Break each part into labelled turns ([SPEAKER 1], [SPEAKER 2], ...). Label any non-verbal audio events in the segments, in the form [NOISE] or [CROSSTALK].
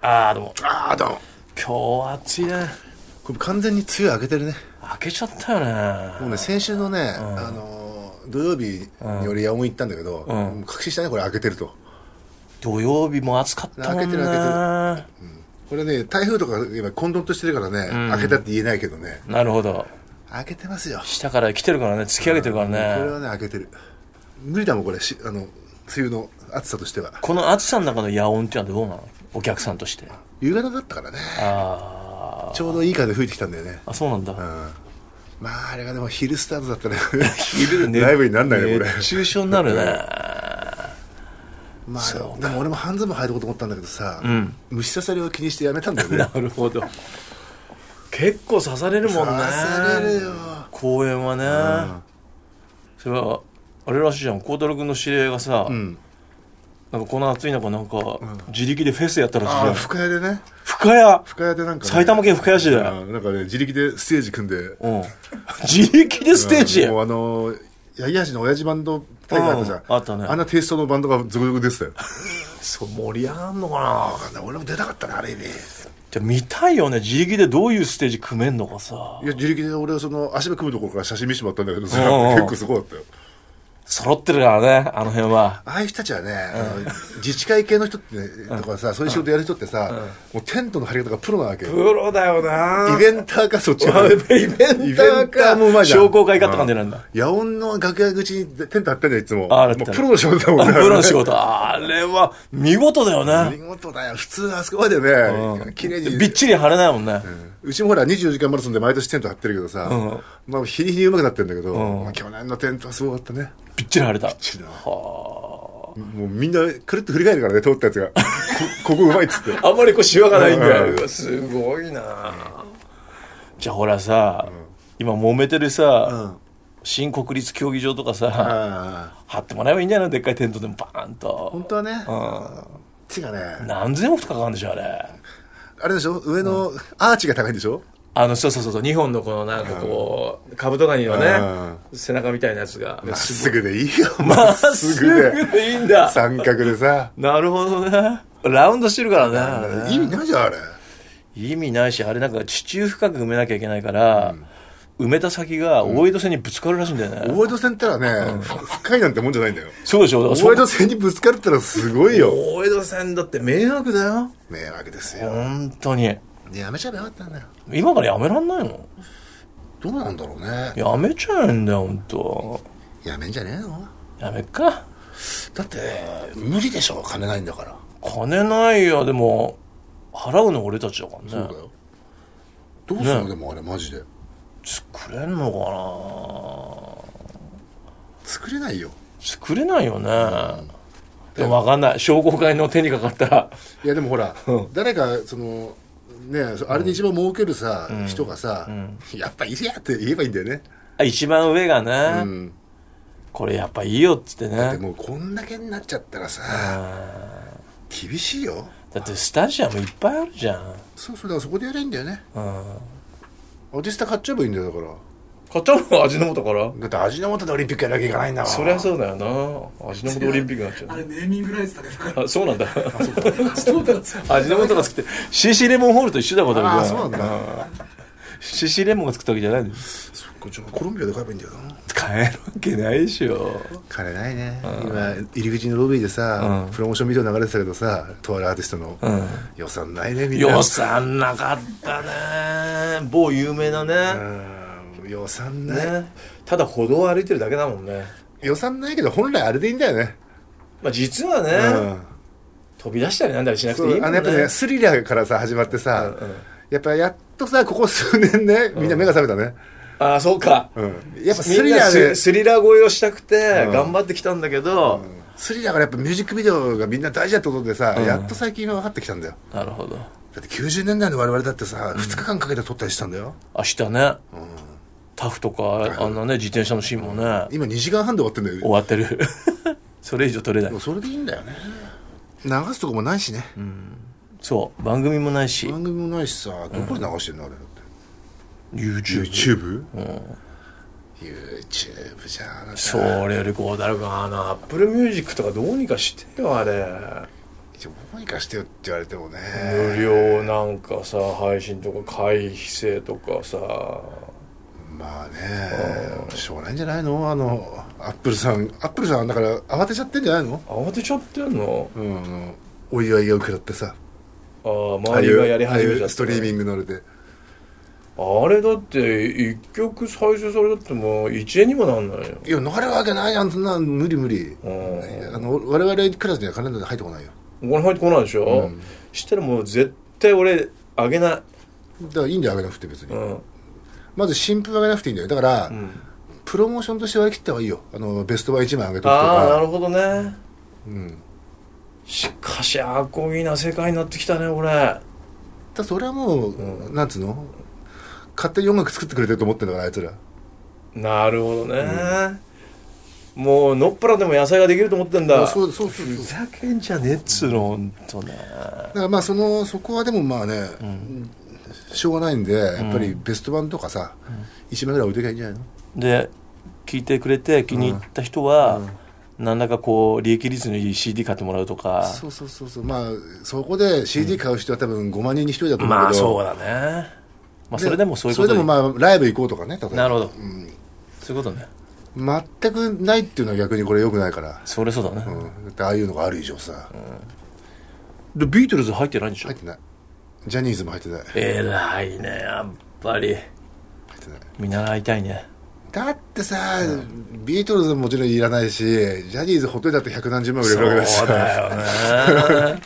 [SPEAKER 1] ああどうも
[SPEAKER 2] ああどうも
[SPEAKER 1] 今日は暑いね
[SPEAKER 2] これ完全に梅雨明けてるね
[SPEAKER 1] 開けちゃったよね
[SPEAKER 2] もうね先週のね、あのー土曜日に俺八百屋行ったんだけど、もう確信したねこれ開けてると
[SPEAKER 1] 土曜日も暑かったもんね
[SPEAKER 2] 開けてる開これね台風とか今混沌としてるからね、開けたって言えないけどね
[SPEAKER 1] なるほど
[SPEAKER 2] 開けてますよ、
[SPEAKER 1] 下から来てるからね突き上げてるからね、
[SPEAKER 2] これはね開けてる無理だもんこれしあの梅雨の暑さとしては
[SPEAKER 1] この暑さの中の夜音ってのはどうなのお客さんとして
[SPEAKER 2] 夕方だったからね
[SPEAKER 1] あ
[SPEAKER 2] ちょうどいい風吹いてきたんだよね
[SPEAKER 1] ああそうなんだ、
[SPEAKER 2] うんまああれがでも昼スタートだ [LAUGHS] ったね
[SPEAKER 1] 昼寝
[SPEAKER 2] ライブになんないねこれ
[SPEAKER 1] 熱中症になるね
[SPEAKER 2] [LAUGHS] まあ、
[SPEAKER 1] そ
[SPEAKER 2] でもでも俺も半ズボン履いとこうと思ったんだけどさ、虫刺されを気にしてやめたんだよね
[SPEAKER 1] なるほど結構刺されるもんね
[SPEAKER 2] 刺されるよ
[SPEAKER 1] 公園はね、それはあれらしいじゃん孝太郎君の知り合いがさ、なんかこの暑い中なんか自力でフェスやったらしいじ
[SPEAKER 2] あ
[SPEAKER 1] ゃ
[SPEAKER 2] あ
[SPEAKER 1] ん
[SPEAKER 2] 深谷でね
[SPEAKER 1] 深谷
[SPEAKER 2] 深谷でなんか、ね、
[SPEAKER 1] 埼玉県深谷市だよ、
[SPEAKER 2] うんなんかね自力でステージ組んで、
[SPEAKER 1] うん自力でステージ、
[SPEAKER 2] もうあの八木橋の親父バンド大会あったじゃん、
[SPEAKER 1] うんあったね
[SPEAKER 2] あんなテイストのバンドが続々出てたよ
[SPEAKER 1] そう盛り上がんのかな
[SPEAKER 2] あね俺も出たかったねある意味い
[SPEAKER 1] じゃあ見たいよね自力でどういうステージ組めんのかさ
[SPEAKER 2] や自力で俺はその足場組むところから写真見せてもらったんだけどさ、
[SPEAKER 1] うんうん
[SPEAKER 2] 結構すごかったよ
[SPEAKER 1] 揃ってるからねあの辺は
[SPEAKER 2] ああいう人たちはね、あの自治会系の人って、ねとかさそういう仕事やる人ってさ、もうテントの張り方がプロなわけよ、
[SPEAKER 1] プロだよな
[SPEAKER 2] イベンターかそっち
[SPEAKER 1] あ
[SPEAKER 2] は
[SPEAKER 1] イベンタ
[SPEAKER 2] イベン
[SPEAKER 1] ー
[SPEAKER 2] ター
[SPEAKER 1] か
[SPEAKER 2] もうまいじゃん
[SPEAKER 1] 商工会かって感じなんだ。
[SPEAKER 2] 野音の楽屋口にテント張ってんだよいつも
[SPEAKER 1] ああ
[SPEAKER 2] も
[SPEAKER 1] だ
[SPEAKER 2] う
[SPEAKER 1] った
[SPEAKER 2] プロの仕事だもん
[SPEAKER 1] あ
[SPEAKER 2] ね
[SPEAKER 1] プロの仕事。あれは、見事だよ
[SPEAKER 2] 見
[SPEAKER 1] ね。
[SPEAKER 2] 事だよ普通あそこまでね綺麗に
[SPEAKER 1] びっちり貼れないもんね。
[SPEAKER 2] うちもほら24時間マラソンで毎年テント張ってるけどさ、まあ、日に日にうまくなってるんだけど、まあ、去年のテントはすごかったね
[SPEAKER 1] びっちり貼れた。
[SPEAKER 2] ちょっともうみんなくるっと振り返るからね通ったやつがこ [LAUGHS] ここうまいっつって
[SPEAKER 1] あんまりこう、シワがないんだよ。
[SPEAKER 2] うん
[SPEAKER 1] うわすごいなじゃあほらさ、今揉めてるさ、新国立競技場とかさ、
[SPEAKER 2] ああ
[SPEAKER 1] 貼ってもらえばいいんじゃないのでっかいテントでもバーンと
[SPEAKER 2] 本。当はね地がね
[SPEAKER 1] 何千億とかかかるんでしょ、あれ。
[SPEAKER 2] あれでしょ上のアーチが高いんでしょ
[SPEAKER 1] あの、そうそうそうそう、2本のこのなんかこう、株とかにはね、背中みたいなやつが。
[SPEAKER 2] まっすぐでいいよまっすぐで
[SPEAKER 1] でいいんだ。
[SPEAKER 2] 三角でさ
[SPEAKER 1] なるほどね。ラウンドしてるからね。
[SPEAKER 2] 意味ないじゃんあれ
[SPEAKER 1] 意味ないし、あれなんか地中深く埋めなきゃいけないから、埋めた先が大江戸線にぶつかるらしいんだよね。
[SPEAKER 2] 大江戸線ってのはね、ふ深いなんてもんじゃないんだよ
[SPEAKER 1] そうでしょだからそ
[SPEAKER 2] 大江戸線にぶつかるってのはすごいよ
[SPEAKER 1] 大江戸線だって迷惑だよ。
[SPEAKER 2] 迷惑ですよ
[SPEAKER 1] 本当に。
[SPEAKER 2] やめちゃえばよかったんだよ
[SPEAKER 1] 今からやめらんないの
[SPEAKER 2] どうなんだろうね
[SPEAKER 1] やめちゃえんだよ、本当
[SPEAKER 2] やめんじゃねえの
[SPEAKER 1] やめっか。
[SPEAKER 2] だって無理でしょ金ないんだから
[SPEAKER 1] 金ないよ、でも、払うの俺たちだからね。
[SPEAKER 2] よどうすんの、でもあれマジで
[SPEAKER 1] 作れんのか
[SPEAKER 2] 作れないよ
[SPEAKER 1] な作れないよね。でもわかんない。商工会の手にかかったら、
[SPEAKER 2] いやでもほら、誰かそのねあれで一番儲けるさ、人がさ、やっぱいいやって言えばいいんだよね、
[SPEAKER 1] あ一番上がね、
[SPEAKER 2] うん、
[SPEAKER 1] これやっぱいいよっつってねだ
[SPEAKER 2] でもこんだけになっちゃったらさ厳しいよ
[SPEAKER 1] ってスタジアムいっぱいあるじゃん、
[SPEAKER 2] そうそうだからそこでやれんだよね
[SPEAKER 1] うん、
[SPEAKER 2] アジスタ買っちゃえばいいんだよだから
[SPEAKER 1] 買ったのが味の素から
[SPEAKER 2] だって味の素でオリンピックやらなきゃいけないんだもん
[SPEAKER 1] そりゃそうだよな味の素オリンピックになっちゃ
[SPEAKER 3] あ
[SPEAKER 1] う
[SPEAKER 3] れネーミングライスだけど
[SPEAKER 1] あそうなんだ味の素が作って CC レモンホールと一緒だこと
[SPEAKER 2] ああそうなんだ
[SPEAKER 1] CC レモンが作ったわけじゃないんです
[SPEAKER 2] そっかじゃあコロンビアで買えばいいんだよな
[SPEAKER 1] 買えるわけないでしょ
[SPEAKER 2] 金ないね今入り口のロビーでさ、
[SPEAKER 1] うん
[SPEAKER 2] プロモーションビデオ流れてたけどさとあるアーティストの、
[SPEAKER 1] ん
[SPEAKER 2] 予算ないねみんな
[SPEAKER 1] 予算なかったね某有名なね,、
[SPEAKER 2] うん予算ない、
[SPEAKER 1] ねただ歩道を歩いてるだけだもんね
[SPEAKER 2] 予算ないけど本来あれでいいんだよね、
[SPEAKER 1] まあ実はね、
[SPEAKER 2] うん
[SPEAKER 1] 飛び出したりなんだりしなく
[SPEAKER 2] そ
[SPEAKER 1] て
[SPEAKER 2] う
[SPEAKER 1] いいも
[SPEAKER 2] あ
[SPEAKER 1] ん
[SPEAKER 2] の
[SPEAKER 1] ね
[SPEAKER 2] やっぱねスリラーからさ始まってさ、やっぱやっとさここ数年ねみんな目が覚めたね、
[SPEAKER 1] ああそうか、
[SPEAKER 2] うんやっぱスリラー
[SPEAKER 1] みん
[SPEAKER 2] で
[SPEAKER 1] なススリラー越えをしたくて頑張ってきたんだけど、
[SPEAKER 2] スリラーからやっぱミュージックビデオがみんな大事だってことでさ、やっと最近は分かってきたんだよ
[SPEAKER 1] なるほど
[SPEAKER 2] だって90年代の我々だってさ、2日間かけて撮ったりしたんだよ
[SPEAKER 1] 明日ね、タフとかあんなね自転車のシーンもね、
[SPEAKER 2] 今2時間半で終わってんだよ
[SPEAKER 1] 終わってる [LAUGHS] それ以上撮れない
[SPEAKER 2] でもそれでいいんだよね流すとこもないしね、
[SPEAKER 1] そう番組もないし
[SPEAKER 2] 番組もないしさどこで流してんのあれだって
[SPEAKER 1] YouTube
[SPEAKER 2] YouTube?YouTube、YouTube じゃな
[SPEAKER 1] それよりこうだろうかあの Apple Music とかどうにかしてよあれ
[SPEAKER 2] 一応どうにかしてよって言われてもね
[SPEAKER 1] 無料なんかさ配信とか回避制とかさ
[SPEAKER 2] まあねしょうがないんじゃないのあのアップルさんアップルさんだから慌てちゃってんじゃないの
[SPEAKER 1] 慌てちゃってんの
[SPEAKER 2] うんあのお祝いを食らってさ
[SPEAKER 1] ああ周りがやり始めち
[SPEAKER 2] ああい
[SPEAKER 1] ゃ
[SPEAKER 2] う
[SPEAKER 1] っ
[SPEAKER 2] スト
[SPEAKER 1] た
[SPEAKER 2] リーミングのあれで
[SPEAKER 1] あれだって一曲再生されたってもう1円にもなんないよ
[SPEAKER 2] いや流れるわけないやんそんな無理無理
[SPEAKER 1] うん
[SPEAKER 2] あの我々クラスにはカレンダーで入ってこないよ
[SPEAKER 1] お金入ってこないでしょ、
[SPEAKER 2] うん
[SPEAKER 1] したらもう絶対俺あげない
[SPEAKER 2] だからいいんだよあげなくて別に、
[SPEAKER 1] うん、
[SPEAKER 2] まず新譜あげなくていいんだよだから、
[SPEAKER 1] うん、
[SPEAKER 2] プロモーションとして割り切った方がいいよあのベストバイ1枚あげとくと
[SPEAKER 1] ああな
[SPEAKER 2] か
[SPEAKER 1] るほどね
[SPEAKER 2] うん
[SPEAKER 1] しかしアコギな世界になってきたね俺
[SPEAKER 2] ただそれはもう、なんつうの勝手に音楽作ってくれてると思ってんだからあいつら
[SPEAKER 1] なるほどね、もうのっぱらでも野菜ができると思ってんだ
[SPEAKER 2] そうそうそう
[SPEAKER 1] ふ
[SPEAKER 2] そう
[SPEAKER 1] ざけんじゃねえっつうのほんとね
[SPEAKER 2] だからまあそのそこはでもまあね、しょうがないんでやっぱりベスト版とかさ、一1枚ぐらい置いときゃいいんじゃないの
[SPEAKER 1] で聞いてくれて気に入った人は、何らかこう利益率のいい CD 買ってもらうとか
[SPEAKER 2] そうそうそうそうまあそこで CD 買う人は多分5万人に1人だと思うけど、
[SPEAKER 1] まあそうだねまあそれでもそういうこと
[SPEAKER 2] それでもまあライブ行こうとかね例えば
[SPEAKER 1] なるほど、そういうことね
[SPEAKER 2] 全くないっていうのは逆にこれよくないから、
[SPEAKER 1] それそうだね、
[SPEAKER 2] うん、だってああいうのがある以上さ、
[SPEAKER 1] でビートルズ入ってないんでしょ
[SPEAKER 2] 入ってないジャニーズも入ってない入
[SPEAKER 1] 偉いねやっぱり
[SPEAKER 2] ってない
[SPEAKER 1] 見習いたいね
[SPEAKER 2] だってさ、ビートルズももちろんいらないしジャニーズほっといたって百何十万売れるわけだし
[SPEAKER 1] そ
[SPEAKER 2] さ
[SPEAKER 1] うだよね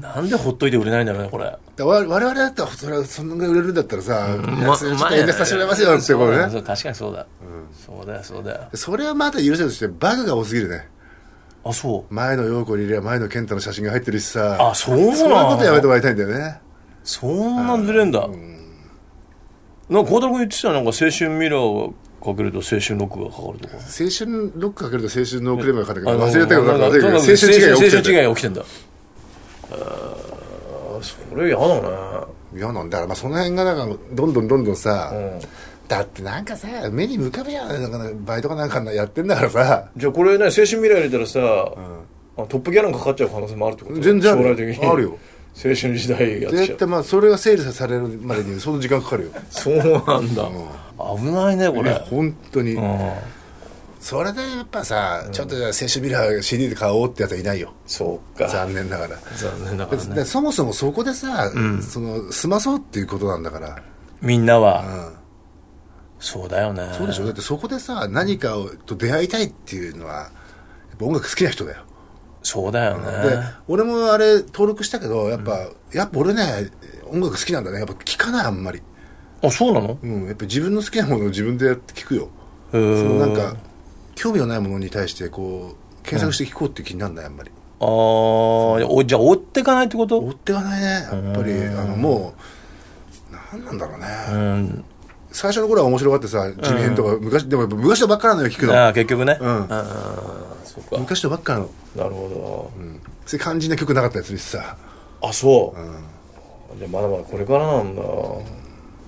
[SPEAKER 1] なんでほっといて売れないんだろうねこれ
[SPEAKER 2] だ我々だったらそれはそんぐらい売れるんだったらさ、
[SPEAKER 1] う
[SPEAKER 2] いやそれちょっと遠慮させてもらいますよってこ
[SPEAKER 1] そう
[SPEAKER 2] と
[SPEAKER 1] だ
[SPEAKER 2] ね
[SPEAKER 1] そう確かにそうだ、そうだよそうだよ
[SPEAKER 2] それはまた許せるとしてバグが多すぎるね
[SPEAKER 1] あそう
[SPEAKER 2] 前の陽子にいれば前の健太の写真が入ってるしさ
[SPEAKER 1] あそうなの
[SPEAKER 2] そういうことやめてもらいたいんだよね
[SPEAKER 1] そんな濡れんだ、なんか孝太郎君言ってたよなんか青春ミラーをかけると青春ロックがかかるとか
[SPEAKER 2] 青春ロックかけると青春のクレームがかかったけ
[SPEAKER 1] あ
[SPEAKER 2] ど
[SPEAKER 1] の
[SPEAKER 2] 忘れたけどなんか忘れたけど青
[SPEAKER 1] なんか
[SPEAKER 2] 春違いが起きて
[SPEAKER 1] 青
[SPEAKER 2] る
[SPEAKER 1] 春違いが起きてんだあーそれ嫌だね
[SPEAKER 2] 嫌なんだからまあその辺がなんかどんどんどんどんさ、
[SPEAKER 1] ん
[SPEAKER 2] だってなんかさ目に浮かぶじゃないなんかバイトかなんかやってんだからさ
[SPEAKER 1] じゃあこれね青春未来入れたらさ、あトップギャランかかっちゃう可能性もあるってこと
[SPEAKER 2] 全然ある
[SPEAKER 1] 将来的に
[SPEAKER 2] あるよ
[SPEAKER 1] 青春時代やっちゃ
[SPEAKER 2] 絶
[SPEAKER 1] う
[SPEAKER 2] 対まあそれが整理されるまでにその時間かかるよ
[SPEAKER 1] そうなんだ、危ないねこ
[SPEAKER 2] い
[SPEAKER 1] れ
[SPEAKER 2] や本当に、
[SPEAKER 1] うん
[SPEAKER 2] それでやっぱさ、ちょっとじゃあ青春ビラ CD で買おうってやつはいないよ
[SPEAKER 1] そうか
[SPEAKER 2] 残念ながら、
[SPEAKER 1] 残念だからね
[SPEAKER 2] でそもそもそこでさ、その済まそうっていうことなんだから
[SPEAKER 1] みんなは、そうだよね
[SPEAKER 2] そうでしょだってそこでさ何かをと出会いたいっていうのはやっぱ音楽好きな人だよ
[SPEAKER 1] そうだよね、
[SPEAKER 2] で俺もあれ登録したけどやっぱ、やっぱ俺ね音楽好きなんだねやっぱ聴かないあんまり、
[SPEAKER 1] あそうなの
[SPEAKER 2] うん、やっぱ自分の好きなものを自分で聴くよ
[SPEAKER 1] へー
[SPEAKER 2] そのなんか興味のないものに対してこう検索して聴こうって気にならないあんまり
[SPEAKER 1] あーいやおじゃあ追ってかないってこと
[SPEAKER 2] 追っていかないねやっぱりあのもうなんなんだろうね、
[SPEAKER 1] うん
[SPEAKER 2] 最初の頃は面白がってさ地面とか昔でもやっぱ昔のばっかなのよ聞く
[SPEAKER 1] あ
[SPEAKER 2] の
[SPEAKER 1] あ結局ね、
[SPEAKER 2] うん
[SPEAKER 1] あーそうか
[SPEAKER 2] 昔のばっかなの
[SPEAKER 1] なるほど、
[SPEAKER 2] そういう肝心な曲なかったりするしさ
[SPEAKER 1] あそう、じゃあまだまだこれからなんだ、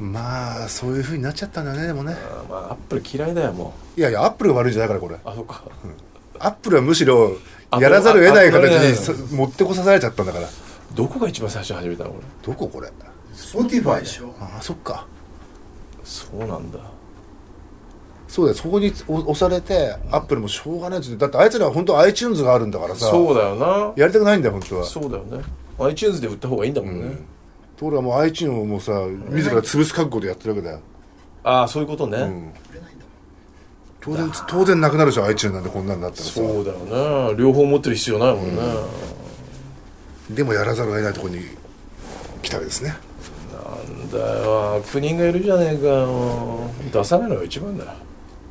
[SPEAKER 2] まあそういうふうになっちゃったんだねでもね
[SPEAKER 1] あまあアップル嫌いだよも
[SPEAKER 2] いやいやアップルが悪いんじゃないからこれ
[SPEAKER 1] うあそうか、
[SPEAKER 2] アップルはむしろやらざるを得ない形
[SPEAKER 1] アップル
[SPEAKER 2] に
[SPEAKER 1] は
[SPEAKER 2] さ持ってこさされちゃったんだから
[SPEAKER 1] どこが一番最初に始めたのこれ
[SPEAKER 2] どここれ
[SPEAKER 3] スポティファイでしょ
[SPEAKER 2] ああそっか
[SPEAKER 1] そうなんだ
[SPEAKER 2] そうだよそこに押押されてアップルもしょうがないっつってだってあいつらは本当 iTunes があるんだからさ
[SPEAKER 1] そうだよな
[SPEAKER 2] やりたくないんだよ本当は
[SPEAKER 1] そうだよね iTunes で売った方がいいんだもんね、
[SPEAKER 2] ところがもう iTunes をもうさ自ら潰す覚悟でやってるわけだよ
[SPEAKER 1] ああそういうことね、
[SPEAKER 2] 当然当然なくなるでしょ iTunes なんでこんなんなったらさ
[SPEAKER 1] そうだよね両方持ってる必要ないもんね、
[SPEAKER 2] でもやらざるを得ないところに来たわけですね
[SPEAKER 1] なんだよ悪人がいるじゃねえかよ出さないのが一番だよ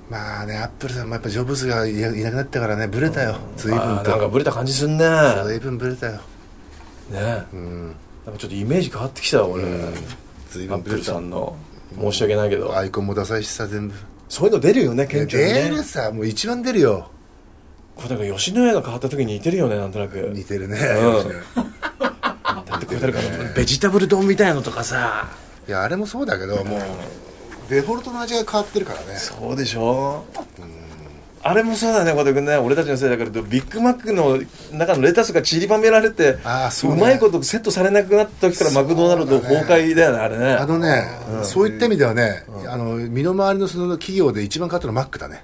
[SPEAKER 2] まあねアップルさんもやっぱジョブズがいないなくなったからねブレたよ随
[SPEAKER 1] あー
[SPEAKER 2] 分
[SPEAKER 1] なんか
[SPEAKER 2] と
[SPEAKER 1] ブレた感じすんねね
[SPEAKER 2] 随分ブレたよ
[SPEAKER 1] なんかちょっとイメージ変わってきたわ俺、アッ
[SPEAKER 2] 随分
[SPEAKER 1] プ
[SPEAKER 2] ブレ
[SPEAKER 1] ルさ
[SPEAKER 2] た
[SPEAKER 1] んの申し訳ないけど、
[SPEAKER 2] アイコンもダサいしさ全部
[SPEAKER 1] そういうの出るよね顕著に
[SPEAKER 2] 出
[SPEAKER 1] ね
[SPEAKER 2] るさもう一番出るよ
[SPEAKER 1] これなんか吉野家が変わった時に似てるよねなんとなく
[SPEAKER 2] 似てるね、
[SPEAKER 1] うん
[SPEAKER 2] い
[SPEAKER 1] だってこれ誰かのベジタブル丼みたいのとかさ
[SPEAKER 2] やあれもそうだけどもうデフォルトの味が変わってるからね
[SPEAKER 1] そうでしょあれもそうだね小田君ね俺たちのせいだけどビッグマックの中のレタスが散りばめられて
[SPEAKER 2] あーそう
[SPEAKER 1] う
[SPEAKER 2] ね
[SPEAKER 1] まいことセットされなくなった時からマクドナルド崩壊だよねあれね
[SPEAKER 2] あのね、そういった意味ではね、あの身の回りのその企業で一番変わったのはマックだね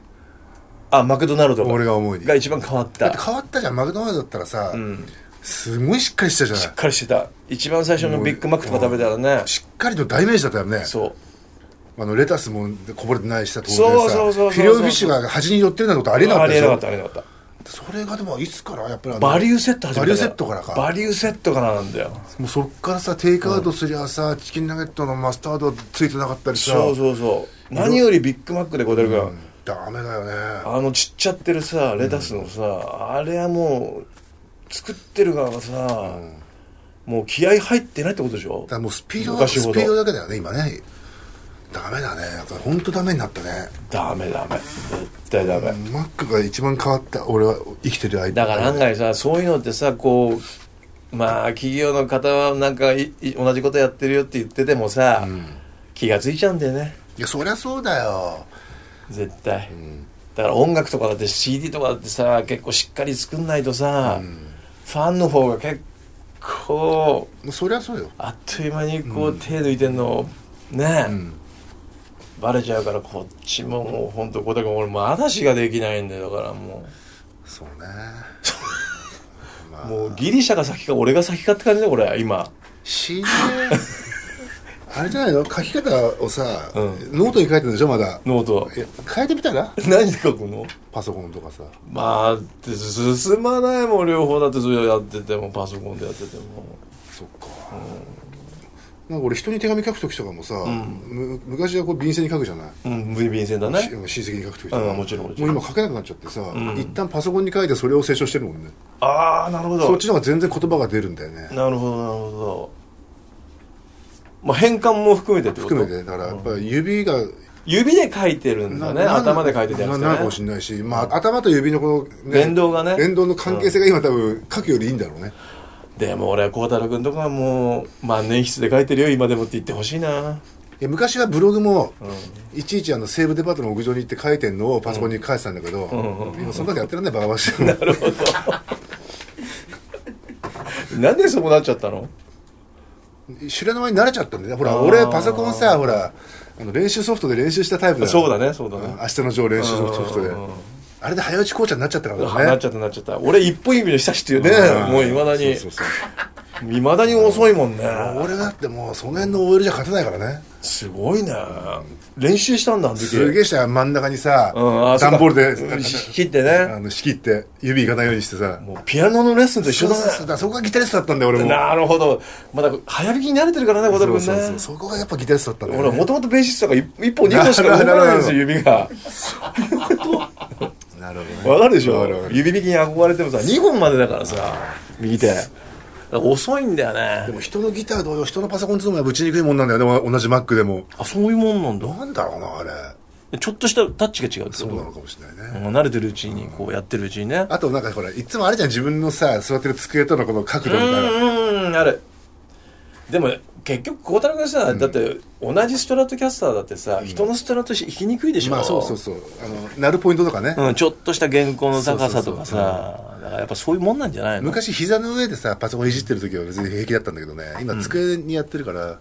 [SPEAKER 1] あマクドナルド
[SPEAKER 2] 俺が思うに
[SPEAKER 1] が一番変わった
[SPEAKER 2] だって
[SPEAKER 1] し
[SPEAKER 2] 変わったじゃんマクドナルドだったらさ、すごいしっかりしてたじゃ
[SPEAKER 1] っかりしてた一番最初のビッグマックとか食べたらね
[SPEAKER 2] ないしっかりと代名詞だったよね
[SPEAKER 1] そう
[SPEAKER 2] あのレタスもこぼれてないしさ当然
[SPEAKER 1] そう
[SPEAKER 2] さ
[SPEAKER 1] そうそうそう
[SPEAKER 2] フィレオフィッシュが端に寄ってるなんてことありえなか
[SPEAKER 1] あ
[SPEAKER 2] った
[SPEAKER 1] り
[SPEAKER 2] で
[SPEAKER 1] え
[SPEAKER 2] し
[SPEAKER 1] なかっ
[SPEAKER 2] ょ
[SPEAKER 1] たありえなかっ
[SPEAKER 2] それがでもいつからやっぱりあ
[SPEAKER 1] た
[SPEAKER 2] の
[SPEAKER 1] バリューセット始めた
[SPEAKER 2] バリューセットからか
[SPEAKER 1] バリューセットからなんだよ
[SPEAKER 2] もうそっからさテイクアウトすりゃさ、チキンナゲットのマスタードついてなかったりさ
[SPEAKER 1] そうそうそう何よりビッグマックで小田君、
[SPEAKER 2] うんダメだよね
[SPEAKER 1] あのちっちゃってるさレタスのさ、あれはもう作ってる側がさ、もう気合入ってないってことでしょ
[SPEAKER 2] だからもうスピードだ
[SPEAKER 1] 昔
[SPEAKER 2] スピ
[SPEAKER 1] ほど
[SPEAKER 2] ードだけだよね今ねダメだねこれ本当ダメになったね
[SPEAKER 1] ダメダメ絶対ダメ、
[SPEAKER 2] マックが一番変わった俺は生きてる間
[SPEAKER 1] だから案外さそういうのってさこうまあ企業の方はなんかいい同じことやってるよって言っててもさ、気がついちゃうんだよね
[SPEAKER 2] いやそりゃそうだよ
[SPEAKER 1] 絶対、だから音楽とかだって CD とかだってさ結構しっかり作んないとさ、ファンの方が結構
[SPEAKER 2] もうそりゃそうよ
[SPEAKER 1] あっという間にこう手抜いてんの、ね、バレちゃうからこっちももうほんと小田君俺まだしができないんだよだからも
[SPEAKER 2] そう
[SPEAKER 1] [LAUGHS]
[SPEAKER 2] ね
[SPEAKER 1] うもうギリシャが先か俺が先かって感じだよこれ今
[SPEAKER 2] CD あれじゃないの書き方をさ、ノートに書いてるでしょまだ
[SPEAKER 1] ノート
[SPEAKER 2] いや変えてみたら
[SPEAKER 1] 何書くの
[SPEAKER 2] パソコンとかさ
[SPEAKER 1] まあって進まないもん両方だってそれやっててもパソコンでやってても
[SPEAKER 2] そっか、なんか俺人に手紙書く時とかもさ、む昔はこう便箋に書くじゃない
[SPEAKER 1] うん便箋だ
[SPEAKER 2] し
[SPEAKER 1] ね
[SPEAKER 2] 親戚に書く時とか
[SPEAKER 1] うんもちろんもちろん
[SPEAKER 2] もう今書けなくなっちゃってさ、一旦パソコンに書いてそれを清書してるもんね
[SPEAKER 1] ああなるほど
[SPEAKER 2] そっちの方が全然言葉が出るんだよね
[SPEAKER 1] なるほどなるほどまあ変換も含めてってこと
[SPEAKER 2] 含めてだからやっぱり指が
[SPEAKER 1] 指で書いてるんだね
[SPEAKER 2] な
[SPEAKER 1] 頭で書いてるやつ
[SPEAKER 2] な
[SPEAKER 1] ね
[SPEAKER 2] なるかもしれないし、まあ、頭と指のこの、ね
[SPEAKER 1] 連動がね
[SPEAKER 2] 連動の関係性が今多分書くよりいいんだろうね、
[SPEAKER 1] でも俺は孝太郎君とかはもう万年筆で書いてるよ今でもって言ってほしいない
[SPEAKER 2] や昔はブログも、いちいちあの西武デパートの屋上に行って書いてんのをパソコンに返してたんだけど、今そんなのやってらんないバカバカしい
[SPEAKER 1] なるほどなんでそうなっちゃったの
[SPEAKER 2] 知らぬ間に慣れちゃったんだよほら
[SPEAKER 1] あー
[SPEAKER 2] 俺パソコンさほらあの練習ソフトで練習したタイプだ
[SPEAKER 1] そうだ
[SPEAKER 2] ね
[SPEAKER 1] ねそうだね
[SPEAKER 2] 明日の上練習ソフトであれで早打ち紅茶になっちゃったから
[SPEAKER 1] あな
[SPEAKER 2] だ
[SPEAKER 1] っ
[SPEAKER 2] ね
[SPEAKER 1] ちゃったなっちゃった俺一本指の久しっていうねもういまだに
[SPEAKER 2] そうそうそう
[SPEAKER 1] いまだに遅いもんね
[SPEAKER 2] 俺だってもうその辺の OL じゃ勝てないからね
[SPEAKER 1] すごいね練習したんだあの時
[SPEAKER 2] すげえした真ん中にさ、
[SPEAKER 1] うんあそう
[SPEAKER 2] 段
[SPEAKER 1] か
[SPEAKER 2] ボール
[SPEAKER 1] う
[SPEAKER 2] で、
[SPEAKER 1] ん切ってね
[SPEAKER 2] あの仕切って指いかないようにしてさ
[SPEAKER 1] もうピアノのレッスンと一緒
[SPEAKER 2] そうそうそ
[SPEAKER 1] だ
[SPEAKER 2] うだ
[SPEAKER 1] ね
[SPEAKER 2] からそこがギタリストだったんだよ俺も
[SPEAKER 1] なるほどまだ早弾きに慣れてるからね孝太
[SPEAKER 2] そ
[SPEAKER 1] 郎
[SPEAKER 2] う
[SPEAKER 1] 君
[SPEAKER 2] そう
[SPEAKER 1] ね
[SPEAKER 2] そうそこがやっぱギタリストだったんだ
[SPEAKER 1] 俺
[SPEAKER 2] よ、
[SPEAKER 1] はも
[SPEAKER 2] ね、
[SPEAKER 1] ともとベーシストが一一本二本
[SPEAKER 2] [LAUGHS]
[SPEAKER 1] しか動かないんですよ指が
[SPEAKER 2] なるほどね
[SPEAKER 1] わかるでし
[SPEAKER 2] わ
[SPEAKER 1] ょ
[SPEAKER 2] かるわかる
[SPEAKER 1] 指引きに憧れてもさ2本までだからさ右手だから遅いんだよ
[SPEAKER 2] で
[SPEAKER 1] ね
[SPEAKER 2] も人のギター同様人のパソコンズームはぶちにくいもんなんだよね同じ Mac でも
[SPEAKER 1] あそういうもんなんだ
[SPEAKER 2] なんだろうなあれ
[SPEAKER 1] ちょっとしたタッチが違うってこ
[SPEAKER 2] そうな
[SPEAKER 1] と
[SPEAKER 2] のかもしれないね、
[SPEAKER 1] うん慣れてるうちにこうやってるうちにね
[SPEAKER 2] あとなんかほらいつもあれじゃん自分のさ座ってる机とのこの角度み
[SPEAKER 1] う
[SPEAKER 2] たいな
[SPEAKER 1] ーんあるでも結局孝太郎君さ、だって同じストラトキャスターだってさ、人のストラトし弾きにくいでしょ
[SPEAKER 2] まあそうそうそうあのなるポイントとかね、
[SPEAKER 1] うん、ちょっとした原稿の高さとかさだからやっぱそういうもんなんじゃないの
[SPEAKER 2] 昔膝の上でさパソコンいじってる時は別に平気だったんだけどね今机にやってるから、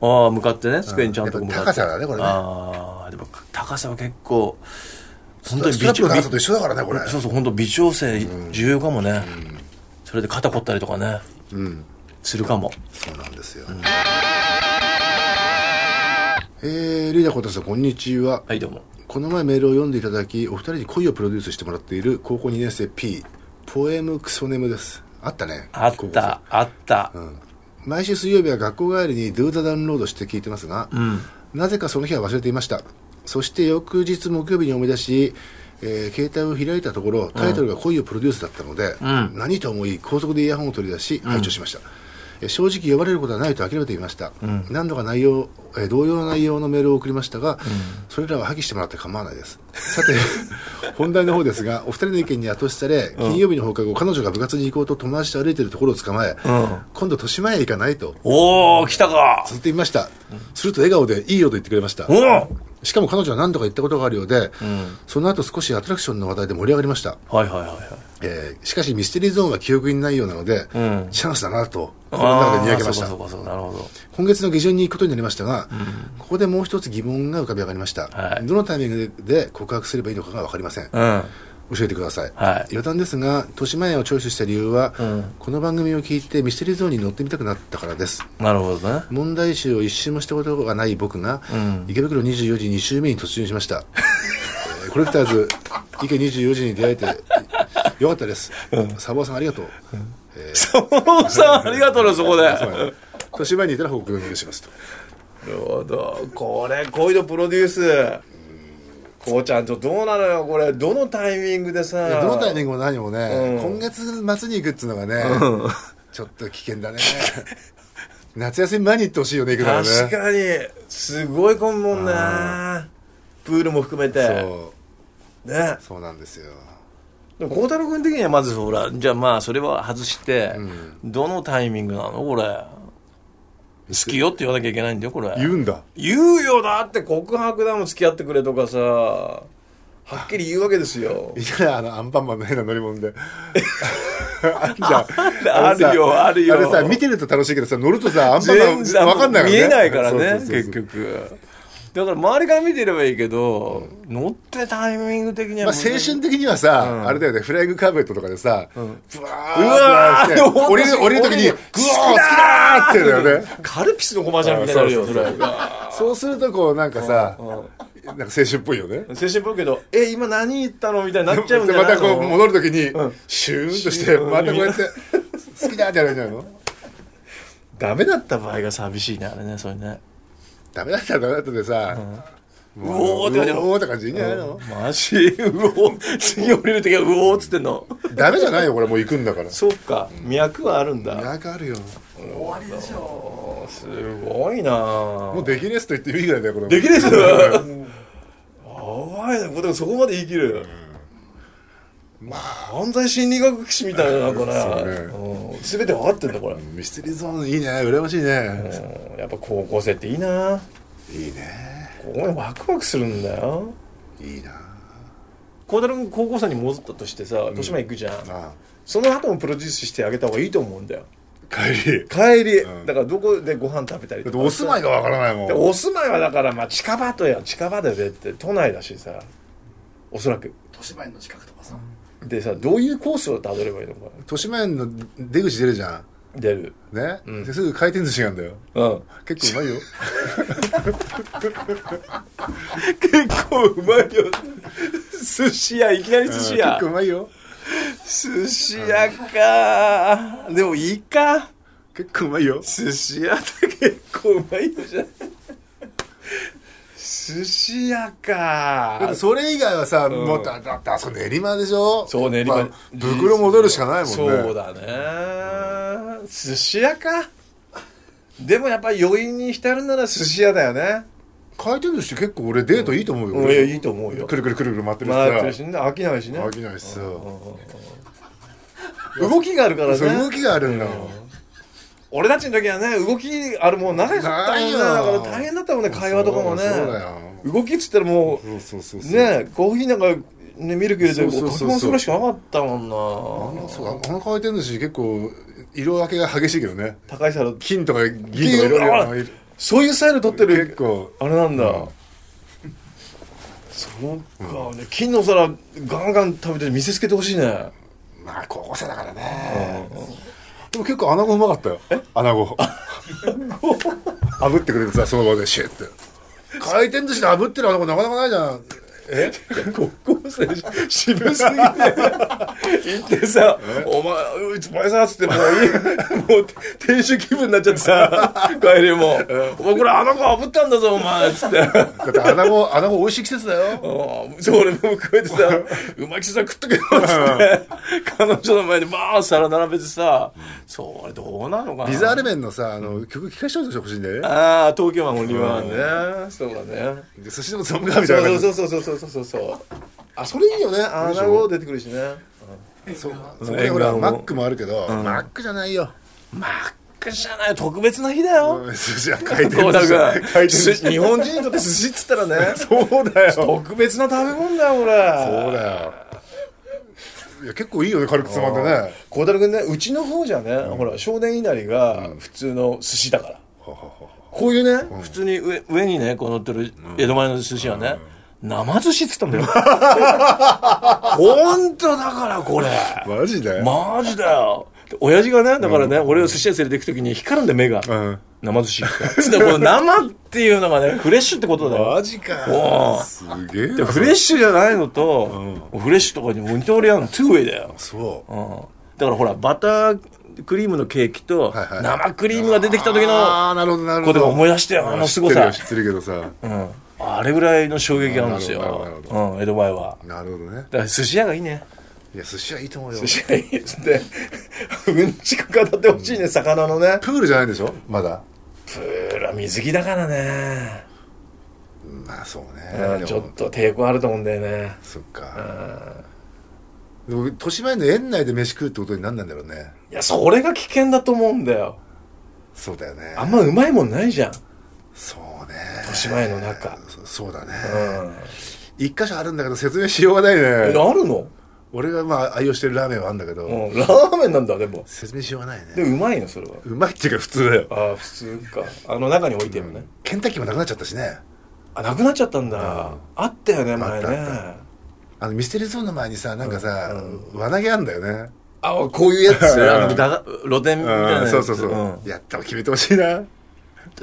[SPEAKER 1] ああ向かってね机にちゃんと向かって
[SPEAKER 2] やっぱ高さだねこれね
[SPEAKER 1] ああでも高さは結構本
[SPEAKER 2] ストラップの高さと一緒だからねこれ
[SPEAKER 1] そうそう本当微調整重要かもね、それで肩凝ったりとかね、するかも
[SPEAKER 2] そうなんですよ、えー、リーダー小田さんこんにちは、
[SPEAKER 1] はいどうも
[SPEAKER 2] この前メールを読んでいただきお二人に恋をプロデュースしてもらっている高校2年生 P ポエムクソネムですあったね
[SPEAKER 1] あっ
[SPEAKER 2] 高校生
[SPEAKER 1] たあった、
[SPEAKER 2] 毎週水曜日は学校帰りに Do the Download して聞いてますが、なぜかその日は忘れていましたそして翌日木曜日に思い出し、えー携帯を開いたところタイトルが恋をプロデュースだったので、何と思い高速でイヤホンを取り出し拝聴しました、えー正直呼ばれることはないと諦めていました、何度か内容、えー同様の内容のメールを送りましたが、それらは破棄してもらって構わないですさて [LAUGHS] 本題の方ですがお二人の意見に後押しされ金曜日の放課後彼女が部活に行こうと友達と歩いているところを捕まえ、今度豊島へ行かないと
[SPEAKER 1] おお来たか
[SPEAKER 2] 誘ってみました、すると笑顔で「いいよ」と言ってくれました
[SPEAKER 1] おお
[SPEAKER 2] しかも彼女は何度か行ったことがあるようで、
[SPEAKER 1] うん
[SPEAKER 2] その後少しアトラクションの話題で盛り上がりました、
[SPEAKER 1] はいはいはいはい
[SPEAKER 2] えーしかしミステリーゾーンは記憶にないようなので、
[SPEAKER 1] うん
[SPEAKER 2] チャンスだなと
[SPEAKER 1] あ
[SPEAKER 2] 心の中でにやけ
[SPEAKER 1] ー
[SPEAKER 2] ました
[SPEAKER 1] そうかそうかそうかなるほど
[SPEAKER 2] 今月の下旬に行くことになりましたが、ここでもう一つ疑問が浮かび上がりました、
[SPEAKER 1] はい
[SPEAKER 2] どのタイミングで告白すればいいのかが分かりません、
[SPEAKER 1] うんは
[SPEAKER 2] 教えてください、
[SPEAKER 1] はい
[SPEAKER 2] 余談ですが豊島園をチョイスした理由は、
[SPEAKER 1] うん
[SPEAKER 2] この番組を聞いてミステリーゾーンに乗ってみたくなったからです
[SPEAKER 1] なるほど
[SPEAKER 2] [LAUGHS]
[SPEAKER 1] ね
[SPEAKER 2] 問題集を一周もしたことがない僕が、
[SPEAKER 1] うん
[SPEAKER 2] 池袋24時2周目に突入しま
[SPEAKER 1] [LAUGHS]
[SPEAKER 2] した、えーコレクターズ池24時に出会えてよかったです、サボさんありがとう、
[SPEAKER 1] お父さんありがとうねそこでな
[SPEAKER 2] 豊島園にいたら報告お願いしますと
[SPEAKER 1] るほどこれ恋のプロデュースこうちゃんとどうなのよこれどのタイミングで
[SPEAKER 2] いや
[SPEAKER 1] さ
[SPEAKER 2] どのタイミングも何もね、
[SPEAKER 1] うん
[SPEAKER 2] 今月末に行くっつうのがね、ちょっと危険だね [LAUGHS] 夏休み前に行ってほしいよね行くならね
[SPEAKER 1] 確かにすごい混むもんねプールも含めて
[SPEAKER 2] そう
[SPEAKER 1] ね
[SPEAKER 2] そうなんですよ
[SPEAKER 1] でも孝太郎君的にはまずほらじゃあまあそれは外して、どのタイミングなのこれ好きよって言わなきゃいけないんだよこれ
[SPEAKER 2] 言うんだ
[SPEAKER 1] 言うよだって告白だもん付き合ってくれとかさはっきり言うわけですよ
[SPEAKER 2] いやあのアンパンマンの変な乗り物
[SPEAKER 1] [LAUGHS]
[SPEAKER 2] であんじゃん
[SPEAKER 1] あるよあるよ
[SPEAKER 2] あれさ見てると楽しいけどさ乗るとさアンパンマ
[SPEAKER 1] 全
[SPEAKER 2] ン
[SPEAKER 1] 然
[SPEAKER 2] 分かんないからね
[SPEAKER 1] 見えないからね
[SPEAKER 2] そうそうそう
[SPEAKER 1] 結局だから周りから見てればいいけど、乗ってタイミング的には
[SPEAKER 2] まあ、
[SPEAKER 1] 難しい、
[SPEAKER 2] 青春的にはさ、
[SPEAKER 1] うん
[SPEAKER 2] あれだよね、フライングカーペットとかでさ、ブワーって
[SPEAKER 1] うわー
[SPEAKER 2] 降りる降りると
[SPEAKER 1] 降
[SPEAKER 2] きに、グ
[SPEAKER 1] りる
[SPEAKER 2] ワー好きだーって言うんだよね。
[SPEAKER 1] カルピスのコマーシャルみたいになるよ
[SPEAKER 2] あ
[SPEAKER 1] そ
[SPEAKER 2] そう
[SPEAKER 1] れ
[SPEAKER 2] そう
[SPEAKER 1] が
[SPEAKER 2] そうそうするとこうなんかさ、なんか青春っぽいよね。
[SPEAKER 1] 青春っぽいけど「え今何言ったの?」みたいになっちゃうんじ
[SPEAKER 2] で
[SPEAKER 1] ゃ
[SPEAKER 2] ま
[SPEAKER 1] ない
[SPEAKER 2] た
[SPEAKER 1] の
[SPEAKER 2] こう戻るときに、シューンとして、
[SPEAKER 1] うん
[SPEAKER 2] またこうやって、好きだーってやるんじゃないの
[SPEAKER 1] ダメだった場合が寂しいねあれねそれね
[SPEAKER 2] ダメだったらダメだったでさ、も
[SPEAKER 1] うおーって感じ
[SPEAKER 2] うおーって感じいいんじゃないの
[SPEAKER 1] マジうお次降りる時はうおーっつってんの
[SPEAKER 2] ダメじゃないよ、これもう行くんだから。
[SPEAKER 1] そっか脈はあるんだ
[SPEAKER 2] なんかあるよ。
[SPEAKER 1] すごいな
[SPEAKER 2] も
[SPEAKER 1] ぁ
[SPEAKER 2] うできですと言っていいぐらいだよ、これ。
[SPEAKER 1] できねえぞ
[SPEAKER 2] う
[SPEAKER 1] や
[SPEAKER 2] ん
[SPEAKER 1] ばいなこれそこまで言い切るまあ犯罪心理学士みたいななんかねうん全て分かってんだこれ
[SPEAKER 2] ミステリーゾーンいいね、羨ましいね。
[SPEAKER 1] うんやっぱ高校生っていいない
[SPEAKER 2] いね。
[SPEAKER 1] ここにワクワクするんだよ
[SPEAKER 2] いいな。
[SPEAKER 1] 孝太郎君高校生に戻ったとしてさ豊島行くじゃん
[SPEAKER 2] ああ
[SPEAKER 1] その後もプロデュースしてあげた方がいいと思うんだよ
[SPEAKER 2] 帰り。
[SPEAKER 1] 帰り、
[SPEAKER 2] うん
[SPEAKER 1] だからどこでご飯食べたりと
[SPEAKER 2] だっ
[SPEAKER 1] か
[SPEAKER 2] てお住まいがわからないもん。
[SPEAKER 1] でお住まいはだからまあ近場とや近場だよって都内だしさおそらく
[SPEAKER 3] 豊島園の近くとかさ、
[SPEAKER 1] でさどういうコースをたどればいいのか
[SPEAKER 2] 豊島園の出口出るじゃん。
[SPEAKER 1] 出る
[SPEAKER 2] ね、ですぐ回転寿司があるんだよ。
[SPEAKER 1] うん
[SPEAKER 2] 結構うまいよ。
[SPEAKER 1] 結構うまいよ寿司屋いきなり寿司
[SPEAKER 2] うん
[SPEAKER 1] 屋
[SPEAKER 2] 結構うまいよ。
[SPEAKER 1] 寿司屋かでもいいか
[SPEAKER 2] 結構うまいよ。
[SPEAKER 1] 寿司屋って結構うまいよじゃん寿司屋
[SPEAKER 2] だっ
[SPEAKER 1] か
[SPEAKER 2] てそれ以外はさ、
[SPEAKER 1] ん
[SPEAKER 2] もうだだってあそこ練馬でしょ
[SPEAKER 1] そう練馬、
[SPEAKER 2] まあ袋戻るしかないもんね。
[SPEAKER 1] そうだね寿司屋かでもやっぱ余韻に浸るなら寿司屋だよね
[SPEAKER 2] 回転寿司結構俺デートいいと思うよ。
[SPEAKER 1] うんいやいいと思うよ
[SPEAKER 2] くるくるくるくる回ってるしさ。
[SPEAKER 1] 回ってるしね飽きないしね
[SPEAKER 2] 飽きないしさ。
[SPEAKER 1] 動きがあるから
[SPEAKER 2] そう
[SPEAKER 1] ね
[SPEAKER 2] 動きがあるんだもん。
[SPEAKER 1] 俺たちの時はね動きあるもん長かったもんね
[SPEAKER 2] ない
[SPEAKER 1] だ
[SPEAKER 2] よ
[SPEAKER 1] から大変だったもんね会話とかもね
[SPEAKER 2] そうだよ
[SPEAKER 1] 動きっつったらもう
[SPEAKER 2] そうそうそうそう。
[SPEAKER 1] ねコーヒーなんかねミルク入れて
[SPEAKER 2] そ
[SPEAKER 1] か
[SPEAKER 2] う
[SPEAKER 1] き
[SPEAKER 2] そうそうそう
[SPEAKER 1] 回すぐらいしかなかったも
[SPEAKER 2] あ
[SPEAKER 1] んな
[SPEAKER 2] のそうあの回転寿司結構色分けが激しいけどね
[SPEAKER 1] 高い皿
[SPEAKER 2] 金とか銀とかいろいろ入る
[SPEAKER 1] そういうスタイル取ってる
[SPEAKER 2] 結構
[SPEAKER 1] あれなんだ、
[SPEAKER 2] うん
[SPEAKER 1] そっか、ね金の皿ガンガン食べて見せつけてほしいね
[SPEAKER 2] まあ高校生だからねでも結構穴子うまかったよ穴子炙ってくれるさその場でシュッて回転寿司で炙ってる穴子なかなかないじゃんえ
[SPEAKER 1] 高校生渋すぎて行ってさ「お前うち前さ」っつってもういいもう店主気分になっちゃってさ帰りも「お前これあの子炙ったんだぞお前」っつって
[SPEAKER 2] だって穴子穴子美味しい季節だよ
[SPEAKER 1] うんそう俺もこうやってさ「うまきさ食っとけよ」っつって彼女の前でバーッ皿並べてさそれどうなのかな
[SPEAKER 2] ビザールメンのさあの曲聴かせてほしいんだよね
[SPEAKER 1] ああ東京湾オリバーねそうだね
[SPEAKER 2] で寿司でもつまむかみたい
[SPEAKER 1] そ
[SPEAKER 2] な感
[SPEAKER 1] う
[SPEAKER 2] じ
[SPEAKER 1] そうそうそうそうそうそうあそれいいよねあなるほど出てくるしね
[SPEAKER 2] そうそこでほら
[SPEAKER 1] 縁側も
[SPEAKER 2] マックもあるけどマックじゃないよマッ
[SPEAKER 1] くじゃない特別な日だよ
[SPEAKER 2] うん寿司は回転
[SPEAKER 1] 幸田
[SPEAKER 2] 寿司
[SPEAKER 1] 君
[SPEAKER 2] 回転寿
[SPEAKER 1] す
[SPEAKER 2] 司
[SPEAKER 1] 日本人にとって寿司っつったらね
[SPEAKER 2] そうだよそう
[SPEAKER 1] 特別な食べ物だよこれ
[SPEAKER 2] だよいや結構いいよね軽くつまんでね
[SPEAKER 1] 孝太郎君ねうちの方じゃね、ほら少年稲荷が普通の寿司だから、こういうね、普通に上上にねこう乗ってる江戸前の寿司はね、生寿司っつったんだ [LAUGHS] よ本当だからこれ
[SPEAKER 2] マジで
[SPEAKER 1] マジだよで親父がねだからね、俺を寿司屋連れて行く時に光るんだよ目が、
[SPEAKER 2] ん
[SPEAKER 1] 生寿司ってつってこの生っていうのがねフレッシュってことだよ
[SPEAKER 2] マジ
[SPEAKER 1] お
[SPEAKER 2] か
[SPEAKER 1] う
[SPEAKER 2] すげえ
[SPEAKER 1] で
[SPEAKER 2] な
[SPEAKER 1] フレッシュじゃないのと、フレッシュとかにモニトリアのトゥーウェイだよ、
[SPEAKER 2] そう
[SPEAKER 1] うん、だからほらバタークリームのケーキと
[SPEAKER 2] はいはい
[SPEAKER 1] 生クリームが出てきた時の
[SPEAKER 2] ああなるほどなる
[SPEAKER 1] こ
[SPEAKER 2] ほ
[SPEAKER 1] と
[SPEAKER 2] ど
[SPEAKER 1] が思い出したよあの凄
[SPEAKER 2] 知ってる
[SPEAKER 1] さ
[SPEAKER 2] よ知ってるけどさ
[SPEAKER 1] うん、あれぐらいの衝撃があるんです
[SPEAKER 2] なるほどな
[SPEAKER 1] よ
[SPEAKER 2] る、ほ
[SPEAKER 1] うん、江戸前は
[SPEAKER 2] なるほどね
[SPEAKER 1] だから寿司屋がいいね
[SPEAKER 2] いや寿司はいいと思うよ
[SPEAKER 1] 寿司屋いいですねうんちく語ってほしいね魚のね
[SPEAKER 2] プールじゃないんでしょまだ
[SPEAKER 1] プールは水着だからね、
[SPEAKER 2] まあそう
[SPEAKER 1] う
[SPEAKER 2] ね
[SPEAKER 1] ん、
[SPEAKER 2] で
[SPEAKER 1] ちょ
[SPEAKER 2] も
[SPEAKER 1] っと抵抗あると思うんだよね
[SPEAKER 2] そっかでも豊島園の園内で飯食うってことになんなんだろうね
[SPEAKER 1] いやそれが危険だと思うんだよ
[SPEAKER 2] そうだよね
[SPEAKER 1] あんまうまいもんないじゃん
[SPEAKER 2] そうね
[SPEAKER 1] 豊島園の中
[SPEAKER 2] そそうだね
[SPEAKER 1] う
[SPEAKER 2] 一箇所あるんだけど説明しようがない
[SPEAKER 1] ん、
[SPEAKER 2] ね
[SPEAKER 1] あるの、
[SPEAKER 2] 俺がまあ愛用してるラーメンはあるんだけど
[SPEAKER 1] うん、ラーメンなんだでも
[SPEAKER 2] 説明しようがない
[SPEAKER 1] で
[SPEAKER 2] ね
[SPEAKER 1] もうまいのそれは
[SPEAKER 2] うまいっていうか普通だよ
[SPEAKER 1] ああ普通かあの中に置いてるのね、
[SPEAKER 2] ケンタッキーもなくなっちゃったしね
[SPEAKER 1] あなくなっちゃったんだ、あったよね前ね
[SPEAKER 2] あった
[SPEAKER 1] あ
[SPEAKER 2] あのミステリーゾーンの前にさなんかさ、輪投げあんだよね
[SPEAKER 1] こういうやつあ
[SPEAKER 2] う
[SPEAKER 1] の
[SPEAKER 2] ん
[SPEAKER 1] だが露店みたいなや
[SPEAKER 2] うん
[SPEAKER 1] つ
[SPEAKER 2] そうそうそう、
[SPEAKER 1] ん
[SPEAKER 2] やったら決めてほしいな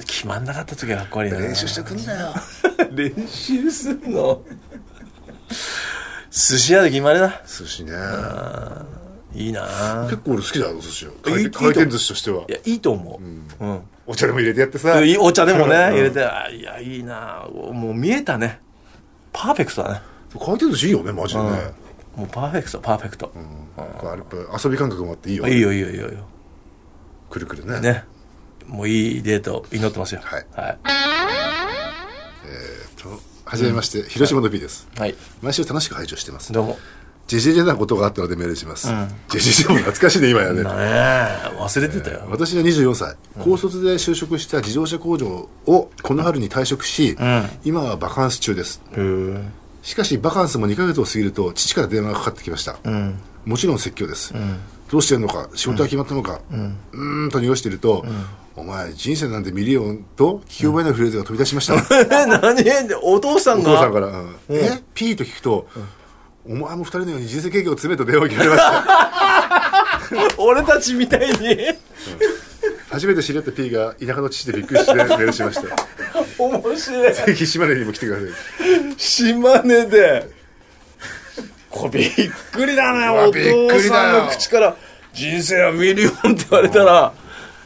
[SPEAKER 1] 決まんなかった時はかっこ悪いな
[SPEAKER 2] 練習してくんだよ
[SPEAKER 1] 練習するの寿司屋で決まりだ
[SPEAKER 2] 寿司ね
[SPEAKER 1] いいな
[SPEAKER 2] 結構俺好きだよお寿司を
[SPEAKER 1] い
[SPEAKER 2] 回
[SPEAKER 1] いいい
[SPEAKER 2] 転
[SPEAKER 1] と
[SPEAKER 2] 回転寿司としてはい
[SPEAKER 1] やいいと思ううん、
[SPEAKER 2] お茶でも入れてやってさ
[SPEAKER 1] いいお茶でもね
[SPEAKER 2] うん
[SPEAKER 1] 入れてあいやいいなもう見えたねパーフェクトだね
[SPEAKER 2] 回転寿司いいよねマジでね、
[SPEAKER 1] もうパーフェクトパーフェクト、
[SPEAKER 2] こうあれやっぱ遊び感覚もあっていいよ
[SPEAKER 1] いいよいいよいいよいいよ
[SPEAKER 2] くるくるね
[SPEAKER 1] ねもういいデート祈ってますよ
[SPEAKER 2] はい
[SPEAKER 1] はい、
[SPEAKER 2] えっとはじめまして、広島の B です、
[SPEAKER 1] はい、
[SPEAKER 2] 毎週楽しく拝聴してます
[SPEAKER 1] どうも
[SPEAKER 2] ジェジェジェなことがあったのでメールします、ジェジェジェも懐かしいね今やね
[SPEAKER 1] だねえ忘れてたよ、
[SPEAKER 2] 私は24歳高卒で就職した自動車工場をこの春に退職し、今はバカンス中です
[SPEAKER 1] へえ
[SPEAKER 2] しかしバカンスも2ヶ月を過ぎると父から電話がかかってきました、もちろん説教です、どうしてるのか仕事は決まったのかうんーんと濁していると、お前人生なんてミリオンと聞き覚えないフレーズが飛び出しました、
[SPEAKER 1] え [LAUGHS] 何お父さん
[SPEAKER 2] お父さん
[SPEAKER 1] が
[SPEAKER 2] から、うんえピーと聞くと、お前も二人のように人生経験を詰めと電話を切られました [LAUGHS]
[SPEAKER 1] 俺たちみたいに [LAUGHS]
[SPEAKER 2] 初めて知り合った P が田舎の父でびっくりしてメールしました
[SPEAKER 1] 面白い
[SPEAKER 2] [LAUGHS] ぜひ島根にも来てください
[SPEAKER 1] 島根でこれびっくりだね
[SPEAKER 2] うわ
[SPEAKER 1] お父さんの
[SPEAKER 2] びっくりだよ
[SPEAKER 1] 口から「人生はミリオン」って言われたら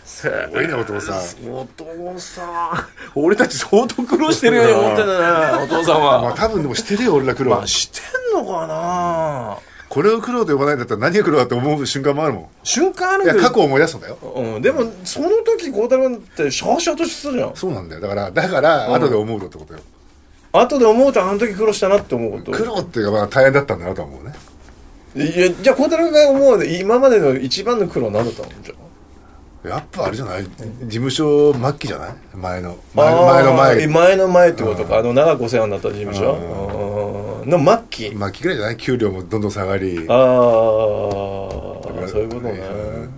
[SPEAKER 2] すごいなお父さん
[SPEAKER 1] お父さん俺たち相当苦労してるように思ってたねお父さん
[SPEAKER 2] [LAUGHS] まあ
[SPEAKER 1] は
[SPEAKER 2] 多分でもしてるよ俺ら苦労、
[SPEAKER 1] まあしてんのかな
[SPEAKER 2] これを苦労と呼ばないんだったら何が苦労だって思う瞬間もあるもん
[SPEAKER 1] 瞬間ある
[SPEAKER 2] いや
[SPEAKER 1] け
[SPEAKER 2] 過
[SPEAKER 1] ど
[SPEAKER 2] 去を思い出すんだよ
[SPEAKER 1] うん、でもその時孝太郎ってシャーシャーとしてたじゃん
[SPEAKER 2] そうなんだよだからだから後で思うのってことよ、
[SPEAKER 1] 後で思うとあの時苦労したなって思うこと
[SPEAKER 2] 苦労っていうかまあ大変だったんだなとは思うね
[SPEAKER 1] いやじゃあ孝太郎が思うね今までの一番の苦労は何だったのじゃ
[SPEAKER 2] やっぱあれじゃない事務所末期じゃない前の
[SPEAKER 1] あ
[SPEAKER 2] 前の前の
[SPEAKER 1] あ
[SPEAKER 2] 前
[SPEAKER 1] ー前の前ってことかあの長くお世話になった事務所うんの末期
[SPEAKER 2] 末期ぐらいじゃない給料もどんどん下がり
[SPEAKER 1] ああそういうことね
[SPEAKER 2] うん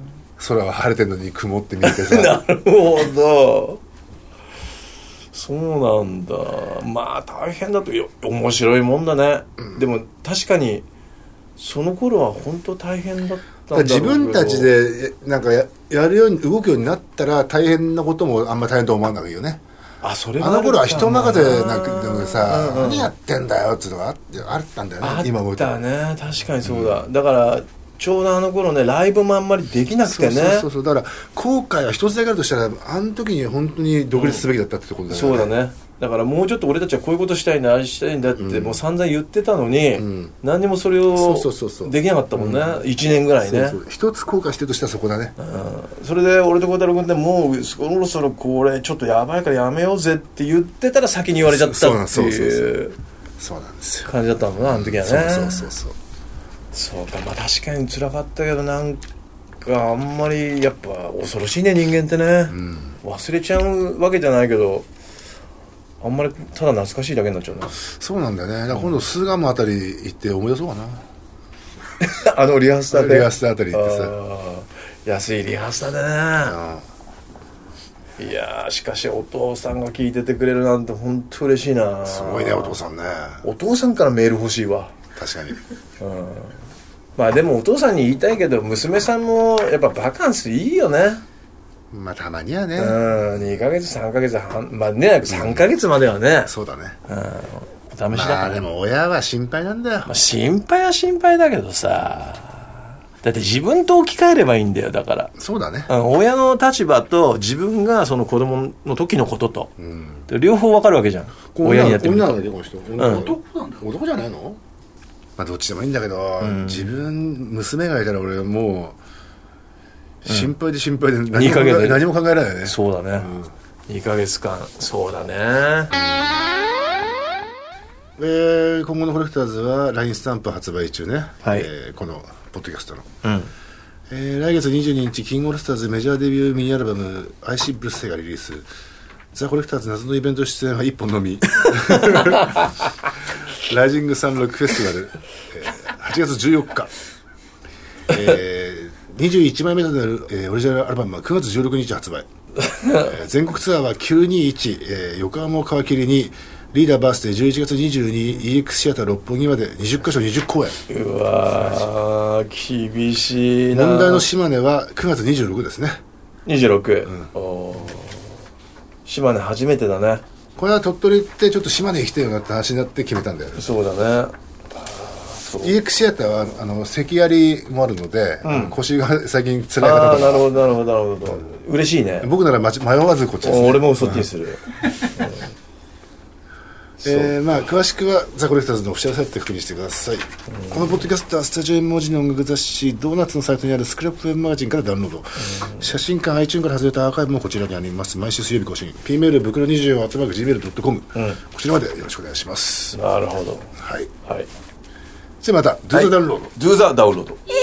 [SPEAKER 2] 空は晴れてんのに曇って見えてさ
[SPEAKER 1] [LAUGHS] なるほどそうなんだまあ大変だとよ面白いもんだね、でも確かにその頃は本当大変だったんだろうけど
[SPEAKER 2] 自分たちでえなんかややるように動くようになったら大変なこともあんま大変と思わないよね
[SPEAKER 1] あそれ
[SPEAKER 2] あ
[SPEAKER 1] あるか
[SPEAKER 2] の
[SPEAKER 1] も
[SPEAKER 2] 頃は人任せなくてもさ、
[SPEAKER 1] うんうん
[SPEAKER 2] 何やってんだよっていうのがあってあったんだよ
[SPEAKER 1] あ
[SPEAKER 2] ね今思
[SPEAKER 1] っ
[SPEAKER 2] うと
[SPEAKER 1] たね確かにそうだ、だからちょうどあの頃ねライブもあんまりできなく
[SPEAKER 2] そ
[SPEAKER 1] て
[SPEAKER 2] う
[SPEAKER 1] ね
[SPEAKER 2] そうそうそうだから後悔は一つだけあるとしたらあの時に本当に独立すべきだったってことだよね、
[SPEAKER 1] そうだねだからもうちょっと俺たちはこういうことしたいんだああしたいんだってもう散々言ってたのに、
[SPEAKER 2] ん
[SPEAKER 1] 何にもそれ
[SPEAKER 2] そう
[SPEAKER 1] を
[SPEAKER 2] そうそうそう
[SPEAKER 1] できなかったもんね、1年ぐらいね
[SPEAKER 2] そうそう一つ後悔してるとしたらそこだね
[SPEAKER 1] うんそれで俺と孝太郎君ってもうそろそろこれちょっとやばいからやめようぜって言ってたら先に言われちゃったって
[SPEAKER 2] そうそうそうそ
[SPEAKER 1] いう
[SPEAKER 2] そうなんですよ
[SPEAKER 1] 感じだったんだなあの時はね
[SPEAKER 2] そうそうそうそう
[SPEAKER 1] そうかまあ確かに辛かったけどなんかいやあんまりやっぱ恐ろしいね人間ってね、忘れちゃうわけじゃないけどあんまりただ懐かしいだけになっちゃうな [LAUGHS]
[SPEAKER 2] そうなんだよねだから今度巣鴨あたり行って思い出そうかな
[SPEAKER 1] あのリハーサルで
[SPEAKER 2] リハーサルあたり行ってさ
[SPEAKER 1] あー安いリハーサルだねいやーしかしお父さんが聞いててくれるなんて本当嬉しいな
[SPEAKER 2] すごいねお父さんね
[SPEAKER 1] お父さんからメール欲しいわ
[SPEAKER 2] 確かに
[SPEAKER 1] まあでもお父さんに言いたいけど娘さんもやっぱバカンスいいよね
[SPEAKER 2] まあたまにはね、
[SPEAKER 1] うん2ヶ月3ヶ月半まあね3ヶ月まではね
[SPEAKER 2] そうだね
[SPEAKER 1] お試しだから、
[SPEAKER 2] まあでも親は心配なんだよ
[SPEAKER 1] まあ心配は心配だけどさだって自分と置き換えればいいんだよだから
[SPEAKER 2] そうだね
[SPEAKER 1] あの親の立場と自分がその子供の時のことと、で両方わかるわけじゃん親になってみる
[SPEAKER 2] 女な
[SPEAKER 1] と
[SPEAKER 2] んだよねこの人、
[SPEAKER 1] ん
[SPEAKER 2] 男なんだよ男じゃないのまあどっちでもいいんだけど、自分娘がいたら俺もう心配で心配で何
[SPEAKER 1] いい
[SPEAKER 2] も
[SPEAKER 1] 加
[SPEAKER 2] 考
[SPEAKER 1] 減だ
[SPEAKER 2] え
[SPEAKER 1] よ
[SPEAKER 2] 何も考えられないね
[SPEAKER 1] そうだね、2ヶ月間そうだね
[SPEAKER 2] えー今後のコレクターズは LINE スタンプ発売中ね、
[SPEAKER 1] はい
[SPEAKER 2] えーこのポッドキャストの、
[SPEAKER 1] うん
[SPEAKER 2] えー来月22日キングオールスターズメジャーデビューミニアルバム「アイシーブルッセ」がリリースザ・コレクターズ謎のイベント出演は1本
[SPEAKER 1] [LAUGHS]
[SPEAKER 2] のみライジングサンロックフェスティバル、えー8月14日、えー21枚目となる、えーオリジナルアルバムは9月16日発売えー全国ツアーは921、えー横浜を皮切りにリーダーバースデー11月 22EX シアター六本木まで20カ所20公演
[SPEAKER 1] うわー厳しいな
[SPEAKER 2] 問題の島根は9月26ですね
[SPEAKER 1] 26、おー島根初めてだね
[SPEAKER 2] これは鳥取行ってちょっと島根行きたいよなって話になって決めたんだよね
[SPEAKER 1] そうだね
[SPEAKER 2] EX シアターはあの関槍もあるので、腰が最近辛い
[SPEAKER 1] あ
[SPEAKER 2] 方
[SPEAKER 1] あ
[SPEAKER 2] と
[SPEAKER 1] なる
[SPEAKER 2] か
[SPEAKER 1] ほどなるほどなるほど嬉しいね
[SPEAKER 2] 僕ならまち迷わずこっちです、ね、
[SPEAKER 1] 俺もそっちにする、
[SPEAKER 2] えーまあ、詳しくはザ・コレクターズのオフィシャルサイトで確認してください、このポッドキャストはスタジオ M 文字の音楽雑誌ドーナツのサイトにあるスクラップウェブマガジンからダウンロード、写真館 iTunes から外れたアーカイブもこちらにあります毎週水曜日更新 P メールブクロ24アットマーク Gmail.com、こちらまでよろしくお願いします、
[SPEAKER 1] なるほど
[SPEAKER 2] はい
[SPEAKER 1] はい
[SPEAKER 2] じゃあまたドゥーザダウンロード、
[SPEAKER 1] Do the download